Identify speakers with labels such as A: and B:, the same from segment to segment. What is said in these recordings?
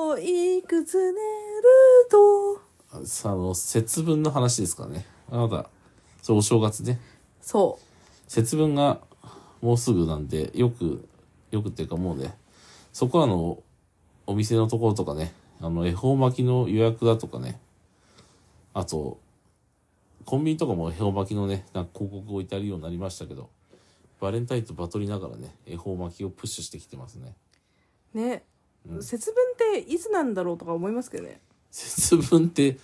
A: 崩れると
B: さあの節分の話ですかねあなたそれお正月ね
A: そ
B: 節分がもうすぐなんでよくよくっていうかもうねそこはあのお店のところとかねあの恵方巻きの予約だとかねあとコンビニとかも恵方巻きのねなんか広告を置いてあるようになりましたけどバレンタインとバトりながらね恵方巻きをプッシュしてきてますね
A: うね、
B: うん
A: 節分っていつなんだろうとか思いますけどね
B: 節分って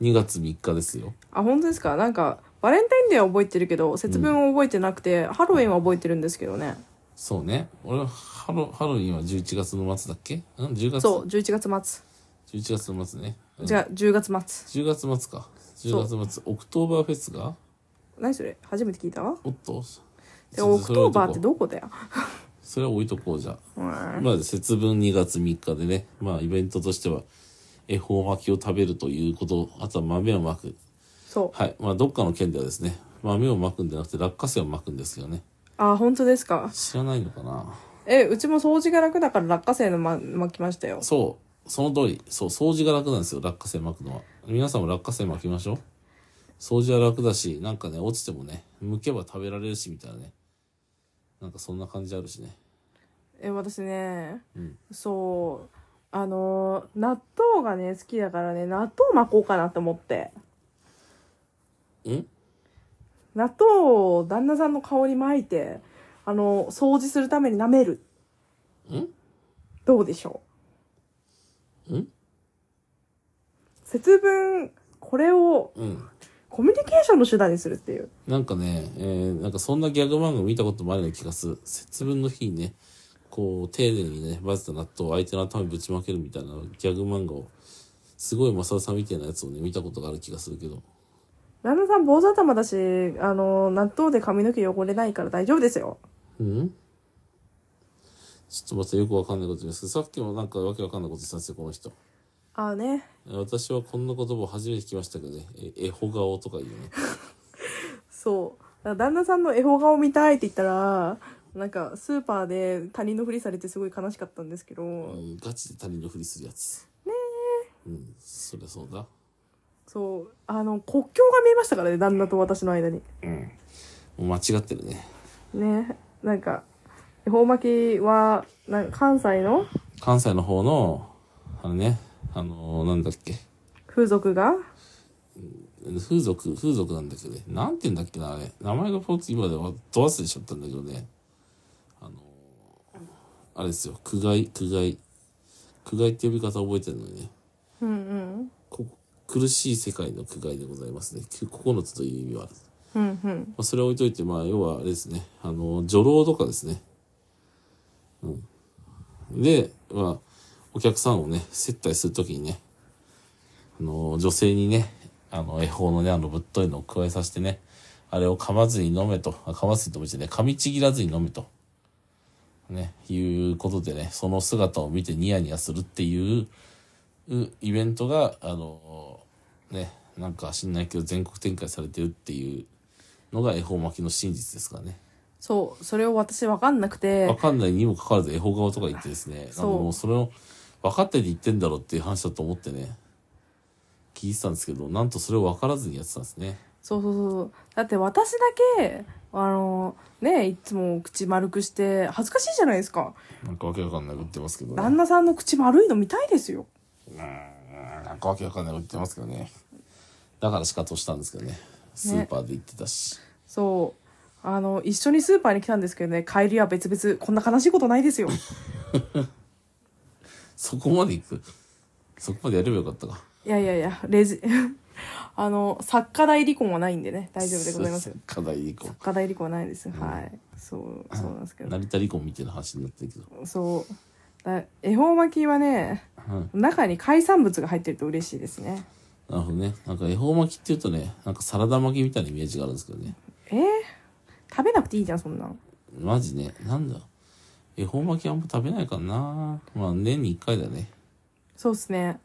B: 2月3日ですよ
A: あ本当ですかなんかバレンタインデーは覚えてるけど節分は覚えてなくて、ハロウィンは覚えてるんですけどね
B: そうね俺はハロハロウィンは11月の末だっけん10月
A: そう11月
B: 11月の末ね、うん
A: 末違う10月末
B: 10月末か
A: そう
B: 10月末オクトーバーフェスが
A: 何それ初めて聞いたわ
B: おっと
A: でオクトーバーって
B: う
A: どこだよ
B: それは置いとこうじゃ
A: うん
B: あまあ節分2月3日でねまあイベントとしては恵方巻きを食べるということあとは豆をまく
A: そう
B: はいまあどっかの県ではですね豆をまくんじゃなくて落花生をまくんですけどね
A: あ本当ですか
B: 知らないのかな
A: えうちも掃除が楽だから落花生のま巻きましたよ
B: そうその通りそう掃除が楽なんですよ落花生巻くのは皆さんも落花生巻きましょう掃除は楽だしなんかね落ちてもね剥けば食べられるしみたいなねなんかそんな感じあるしね
A: え私ね、
B: うん
A: そうあのー納豆がね好きだからね納豆巻こうかなと思って
B: ん
A: 納豆を旦那さんの顔に巻いてあの掃除するために舐める
B: ん
A: どうでしょうん節分これを
B: うん
A: コミュニケーションの手段にするっていう
B: なんかね、えーなんかそんなギャグ漫画見たこともあるような気がする節分の日にねこう丁寧にね混ぜた納豆を相手の頭にぶちまけるみたいなギャグ漫画をすごいマサルさんみたいなやつをね見たことがある気がするけど
A: 旦那さん坊主頭だしあの納豆で髪の毛汚れないから大丈夫ですよ
B: うんちょっとまたよくわかんないこと言いますけど、さっきもなんかわけわかんないこと言ってたんですよ、この人。
A: ああね
B: 私はこんな言葉を初めて聞きましたけどね、え、エホ顔とか言うね。
A: そう。だから旦那さんの絵本画を見たいって言ったら、なんかスーパーで他人のふりされてすごい悲しかったんですけど、
B: うん、ガチで他人のふりするやつ。ねうん、そりゃそうだ。
A: そう、あの、国境が見えましたからね、旦那と私の間に。
B: もう間違ってるね。
A: ね。なんか、恵方巻きは、なんか関西の
B: 関西の方の、あのね、あのーなんだっけ、
A: 風俗が、
B: 風俗、風俗なんだけどね、なんて言うんだっけな、あれ。名前がポーツ今ではど忘れしちゃったんだけどね、あのーあれですよ、苦害、苦害。苦害って呼び方覚えてるのにね。
A: うんうん。
B: こ苦しい世界の苦害でございますね。き9つという意味はある。
A: うんうん。
B: まあ、それは置いといて、まあ、要はあれですね、あの、女郎とかですね。うん。で、まあ、お客さんをね、接待するときにね、あの、女性にね、あの、恵方のね、あの、ぶっといのを加えさせてね、あれを噛まずに飲めと、あ噛まずに飲めてね、噛みちぎらずに飲めと。ね、いうことでね、その姿を見てニヤニヤするっていう、うイベントが、あの、ね、なんか知んないけど全国展開されてるっていうのが恵方巻きの真実ですからね。
A: そう、それを私わかんなくて
B: わ、かんないにもかかわらず恵方顔とか言ってですね、
A: そ
B: あ
A: う
B: のもうそれを分かってて言ってんだろうっていう話だと思ってね、聞いてたんですけど、なんとそれを分からずにやってたんですね。
A: そうそうそうそう。だって私だけ、あの、ね、いつも口丸くして、恥ずかしいじゃないですか。
B: なんかわけわかんないこと言ってますけど
A: 旦
B: ね。
A: 那さんの口丸いの見たいですよ。
B: うーんなんかわけわかんないこと言ってますけどね。だから仕方をしたんですけどね。スーパーで行ってたし。
A: そう。あの、一緒にスーパーに来たんですけどね、帰りは別々、こんな悲しいことないですよ。
B: そこまで行く。そこまでやればよかったか。
A: いやいやいや、レジ、 あの、作家代離婚はないんでね、大丈夫でございますよ。。
B: 課題離婚。
A: 作家代離婚はないです。はい。そう、そうなんですけど。
B: 成田離婚みたいな話になってるけど。
A: そう。だ恵方巻きはね、
B: うん
A: 中に海産物が入ってると嬉しいですね。
B: なるほどね。なんか恵方巻きっていうとね、なんかサラダ巻きみたいなイメージがあるんですけどね。
A: えー食べなくていいじゃん、そんなん。
B: マジね、なんだ。恵方巻きあんま食べないからな。まあ年に1回だね。
A: そうっすね。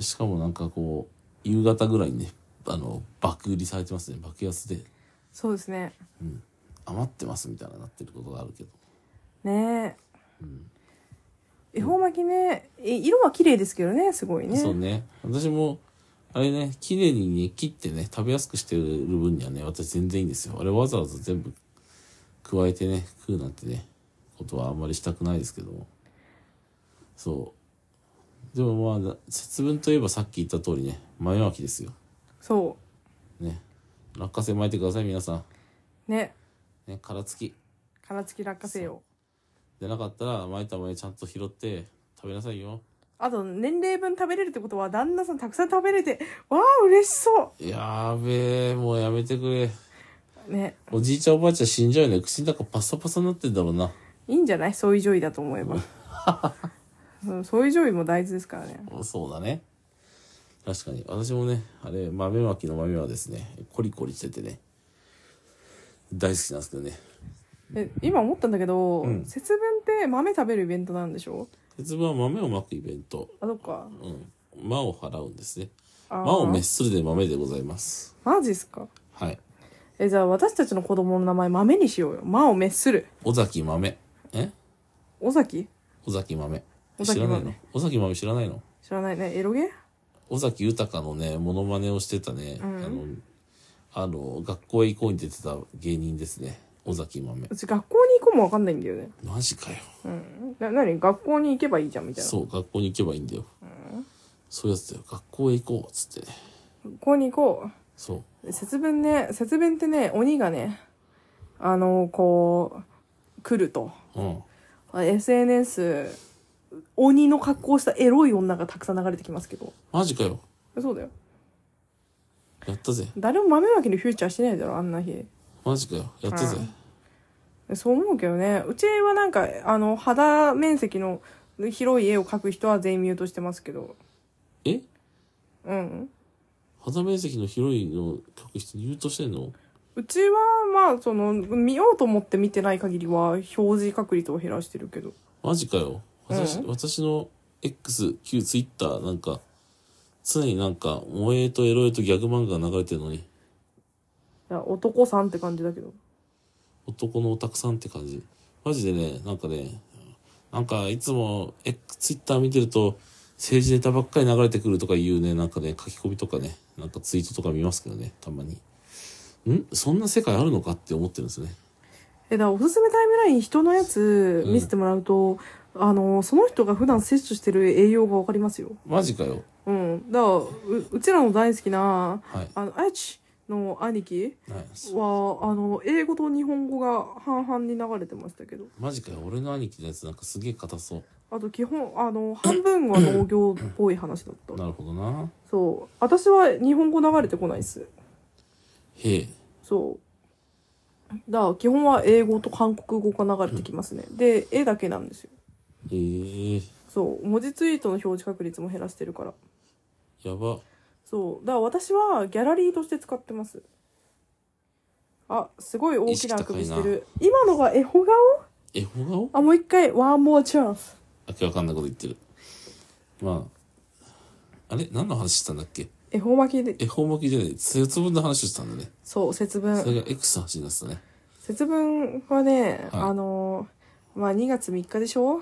B: しかもなんかこう、夕方ぐらいにね、あの、爆売りされてますね。爆安で
A: そうですね。
B: 余ってますみたいななってることがあるけど。
A: ねえ。恵方巻きね、え色は綺麗ですけどね、すごいね。
B: そうね。私も、あれね、綺麗にね、切ってね、食べやすくしてる分にはね、私全然いいんですよ。あれわざわざ全部加えてね、食うなんてね、ことはあんまりしたくないですけども。そう。でもまあ、節分といえばさっき言った通りね、豆まきですよ。
A: そ
B: ね。落花生巻いてください、皆さ
A: う。ね。
B: ん。ね、殻付き。
A: 殻付き落花生を。
B: でなかったら、巻いた豆ちゃんと拾って食べなさいよ。
A: あと、年齢分食べれるってことは、旦那さんたくさん食べれて、わあ、嬉しそ
B: やーべえ、もうやめてくれ。
A: う。ね。
B: おじいちゃんおばあちゃん死んじゃうよね。口の中パサパサになってんだろうな。
A: いいんじゃないそういうジョイだと思え ば。うんそういうジョイも大事ですからね。
B: そうだね。確かに。私もね、あれ、豆まきの豆はですね、コリコリしててね、大好きなんですけどね。
A: え今思ったんだけど、
B: うん
A: 節分って豆食べるイベントなんでしょ
B: 節分は豆をまくイベント。
A: あ、そっか。
B: うん。魔を払うんですね。
A: あー
B: 魔を滅するで豆でございます。
A: マジっすか。
B: はい。
A: え、じゃあ私たちの子供の名前豆にしようよ。魔を滅する。
B: 尾崎豆。え
A: 尾崎
B: 尾崎豆。
A: 尾
B: 知
A: 崎
B: ら
A: 豆
B: ないの尾崎豆知らないの
A: 知らないね。エロゲ
B: 尾崎豊のね、モノマネをしてたね、
A: ん
B: あの、あの、学校へ行こうに出てた芸人ですね。尾崎豆
A: う。ち学校に行こうもわかんないんだよね。
B: マジかよ。
A: な、なに学校に行けばいいじゃんみたいな。
B: そう、学校に行けばいいんだよ。そういうやつだよ。学校へ行こう、つってね。
A: 学校に行こ。
B: そう
A: 節分ね、節分ってね、鬼がね、あの、こう、来ると。
B: う。うん。
A: SNS、鬼の格好をしたエロい女がたくさん流れてきますけど。
B: マジかよ。
A: そうだよ。
B: やったぜ。
A: 誰も豆まきのフューチャーしてないだろ、あんな日。
B: マジかよ。やったぜ。
A: そう思うけどね。うちはなんか、あの、肌面積の広い絵を描く人は全員ミュートしてますけど。
B: え
A: うん。
B: 肌面積の広いの書く人に言うとしてんの
A: うちは、まあ、その、見ようと思って見てない限りは、表示確率を減らしてるけど。
B: マジかよ。私、
A: うん
B: 私の X、旧 Twitter なんか、常になんか、萌えとエロえとギャグ漫画が流れてるのに、
A: いや男さんって感じだけど。
B: 男のオタクさんって感じ。マジでね、なんかね、なんかいつも、え、ツイッター見てると、政治ネタばっかり流れてくるとかいうね、なんかね、書き込みとかね、なんかツイートとか見ますけどね、たまに。んそんな世界あるのかって思ってるんですよね。
A: え、だからおすすめタイムライン人のやつ
B: うん
A: 見せてもらうと、あの、その人が普段摂取してる栄養がわかりますよ。
B: マジかよ。
A: うん。だから、う、うちらの大好きな、
B: はい。
A: あの、愛知の兄貴
B: はい、
A: は、あの、英語と日本語が半々に流れてましたけど。
B: マジかよ。俺の兄貴のやつなんかすげえ硬そ
A: あと基本、あの、半分は農業っぽい話だった
B: う。。なるほどな。
A: そう。私は日本語流れてこないっす。
B: へえ。
A: そう。だから基本は英語と韓国語が流れてきますね。で、絵だけなんですよ。
B: えー、
A: そう。文字ツイートの表示確率も減らしてるから。
B: やば。
A: そう。だから私はギャラリーとして使ってます。あ、すごい大きなあくびしてる。今のがエホ顔
B: え、ほ顔
A: あ、もう一回、ワンモアチャンス。
B: わけわかんないこと言ってる。まあ。あれ何の話してたんだっけ
A: 恵方巻きで、
B: 恵方巻きじゃない、節分の話をしたんだね。
A: そう、節
B: それ
A: 分。
B: が X の話になってたね。
A: 節分はね、
B: はい
A: あの、まあ2月3日でしょ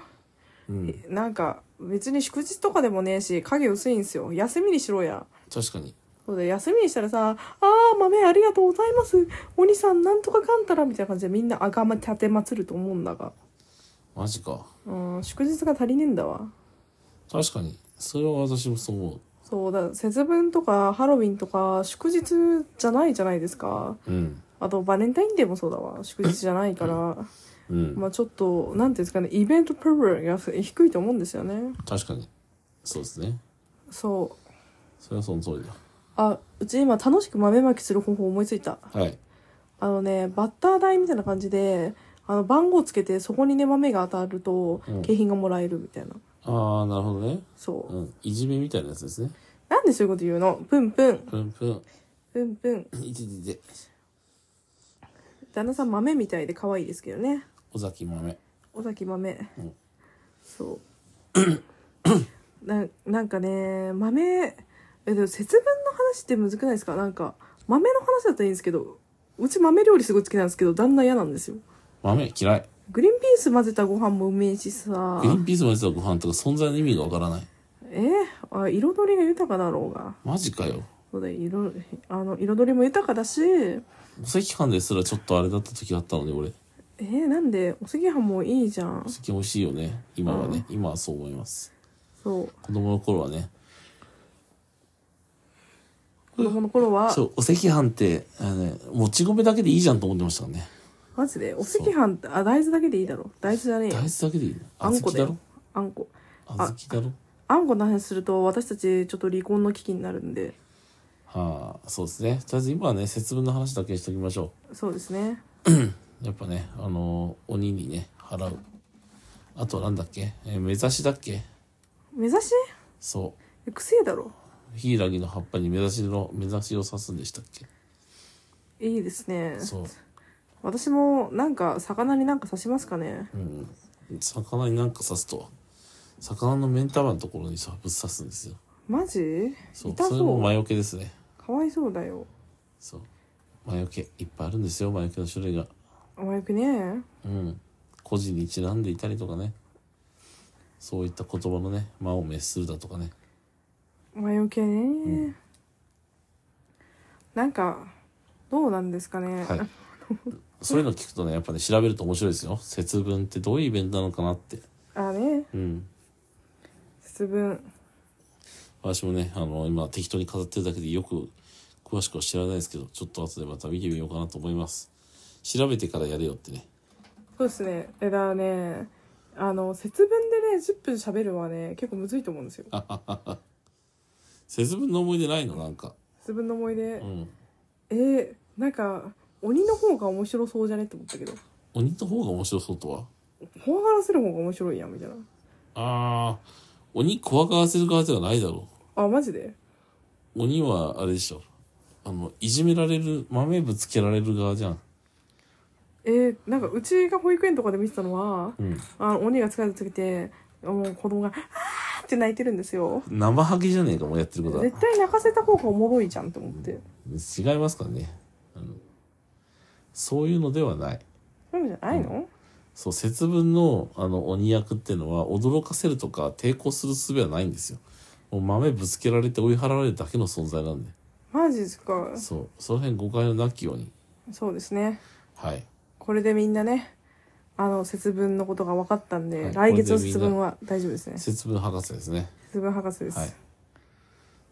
B: うん。
A: なんか、別に祝日とかでもねえし、影薄いんすよ。休みにしろや。
B: 確かに。
A: そうだよ休みにしたらさ、あー、豆ありがとうございます。お兄さん、なんとかかんたら、みたいな感じでみんなあがま立てまつると思うんだが。
B: マジか。
A: うん、祝日が足りねえんだわ。
B: 確かに。それは私もそう思
A: そうだ、節分とかハロウィンとか祝日じゃないじゃないですか。
B: う。うん。
A: あと、バレンタインデーもそうだわ。祝日じゃないから。
B: うん。
A: まあちょっと、なんていうんですかね、イベントプログラムが低いと思うんですよね。
B: 確かに。そうですね。
A: そう。
B: それはその通りだ。
A: あ、うち今楽しく豆まきする方法思いついた。
B: はい。
A: あのね、バッター台みたいな感じで、あの、番号つけて、そこにね、豆が当たると
B: うん、
A: 景品がもらえるみたいな。
B: ああ、なるほどね。
A: そうう。
B: ん。いじめみたいなやつですね。
A: なんでそういうこと言うのプンプン、
B: ぷんぷん。
A: プンプン。
B: いててて。
A: 旦那さん豆みたいで可愛いですけどね。
B: 尾崎豆。
A: 尾崎豆。
B: うん
A: そう。 な、なんかね、豆、え、でも節分の話ってむずくないですかなんか、豆の話だったらいいんですけど、うち豆料理すごい好きなんですけど、旦那嫌なんですよ。
B: 豆嫌い。
A: グリーンピース混ぜたご飯もうめえしさ
B: グリーンピースもやつはご飯とか存在の意味がわからない。
A: えあ彩りが豊かだろうが
B: マジかよ。
A: そうだよ色あの彩りも豊かだし
B: お赤飯ですらちょっとあれだった時があったので、俺。
A: えー、なんでお赤飯もいいじゃん
B: お赤美味しいよね。今はね。今はそう思います。
A: そう
B: 子供の頃はね。
A: 子供の頃は
B: そう、お赤飯って、あのね、もち米だけでいいじゃんと思ってましたからね。
A: マジでお赤飯ってあ大豆だけでいいだろ大豆じゃねえ
B: 大
A: よ
B: 豆だけでいいの
A: あんこ
B: 小
A: だ
B: 豆だ
A: よ
B: ろ
A: あんこ
B: 小
A: あ
B: 豆だろ
A: あんこの話すると私たちちょっと離婚の危機になるんで
B: はあ、そうですね。とりあえず今はね、節分の話だけしておきましょ
A: そうですね
B: う。やっぱね、あのー鬼にね、払う。あとなんだっけえー目指しだっけ
A: 目指し
B: そ
A: くせえだろ
B: う。ヒイラギの葉っぱに目指しの、目指しを刺すんでしたっけ
A: いいですね
B: そう。
A: 私もなんか魚になんか刺しますかね
B: うん。魚になんか刺すと、魚の目ん玉のところにさ、ぶっ刺すんですよ。
A: マジ
B: そう。
A: 痛
B: そ
A: そう
B: れも魔除けですね。
A: かわいそうだよ
B: そう。魔除け、いっぱいあるんですよ、魔除けの種類が。
A: お前くね
B: うん、個人にちなんでいたりとかねそういった言葉のね魔を滅するだとかね
A: 前置きね、なんかどうなんですかね、
B: はいそういうの聞くとねやっぱね調べると面白いですよ節分ってどういうイベントなのかなって
A: あね
B: うん
A: 節分
B: 私もねあの今適当に飾ってるだけでよく詳しくは知らないですけどちょっと後でまた見てみようかなと思います調べてからやれよってね
A: そうですねえだからねあの節分でね10分喋るのはね結構むずいと思うんですよ
B: 節分の思い出ないのなんか
A: 節分の思い出
B: うん
A: えー、なんか鬼の方が面白そうじゃねって思ったけど
B: 鬼の方が面白そうとは
A: 怖がらせる方が面白いやんみたいな
B: あー鬼怖がらせる側ではないだろう
A: あマジで
B: 鬼はあれでしょあのいじめられる豆ぶつけられる側じゃん
A: えー、なんかうちが保育園とかで見てたのは
B: うん
A: あの鬼が疲れた時ってもう子供が「あー」って泣いてるんですよ
B: 生ハゲじゃねえかもうやってることは
A: 絶対泣かせた方がおもろいじゃんって思って
B: 違いますからねあのそういうのではない
A: そういうのじゃないの、
B: そう節分のあの鬼役っていうのは驚かせるとか抵抗する術はないんですよもう豆ぶつけられて追い払われるだけの存在なんで
A: マジですか
B: そうその辺誤解のなきように
A: そうですね
B: はい
A: これでみんなねあの節分のことが分かったんで、
B: はい
A: 来月の節分は大丈夫ですね
B: 節分博士ですね
A: 節分博士です、
B: はい。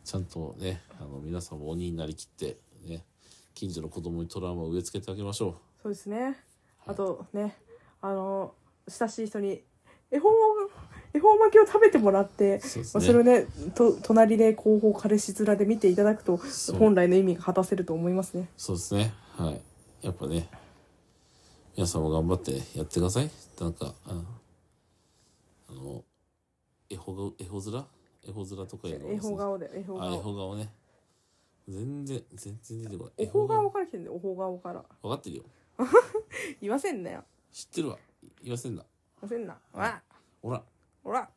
B: ちゃんとね、あの皆さんも鬼になりきって、ね、近所の子供にトラウマを植え付けてあげましょ
A: そうですねあとねあの親しい人に恵方恵方巻きを食べてもらって
B: う。そうで
A: まあ
B: す
A: それを
B: ね。
A: ねと隣で後方彼氏面で見ていただくと
B: そう
A: 本来の意味が果たせると思いますね
B: そうですね。はい。やっぱね、皆さんも頑張ってやってください。なんか、あの、あの絵ほ絵ほ面絵ほ面とかいうの
A: 恵方顔で恵方
B: あ、絵ほ
A: 顔
B: 顔ね。全然、全然出てこない。
A: 恵方顔から来てんだよ恵方顔から
B: 分かってるよ。
A: 言わせんなよ
B: 知ってるわ。言わせんな。
A: 言わせんな
B: はい
A: わ
B: ほら。
A: ほら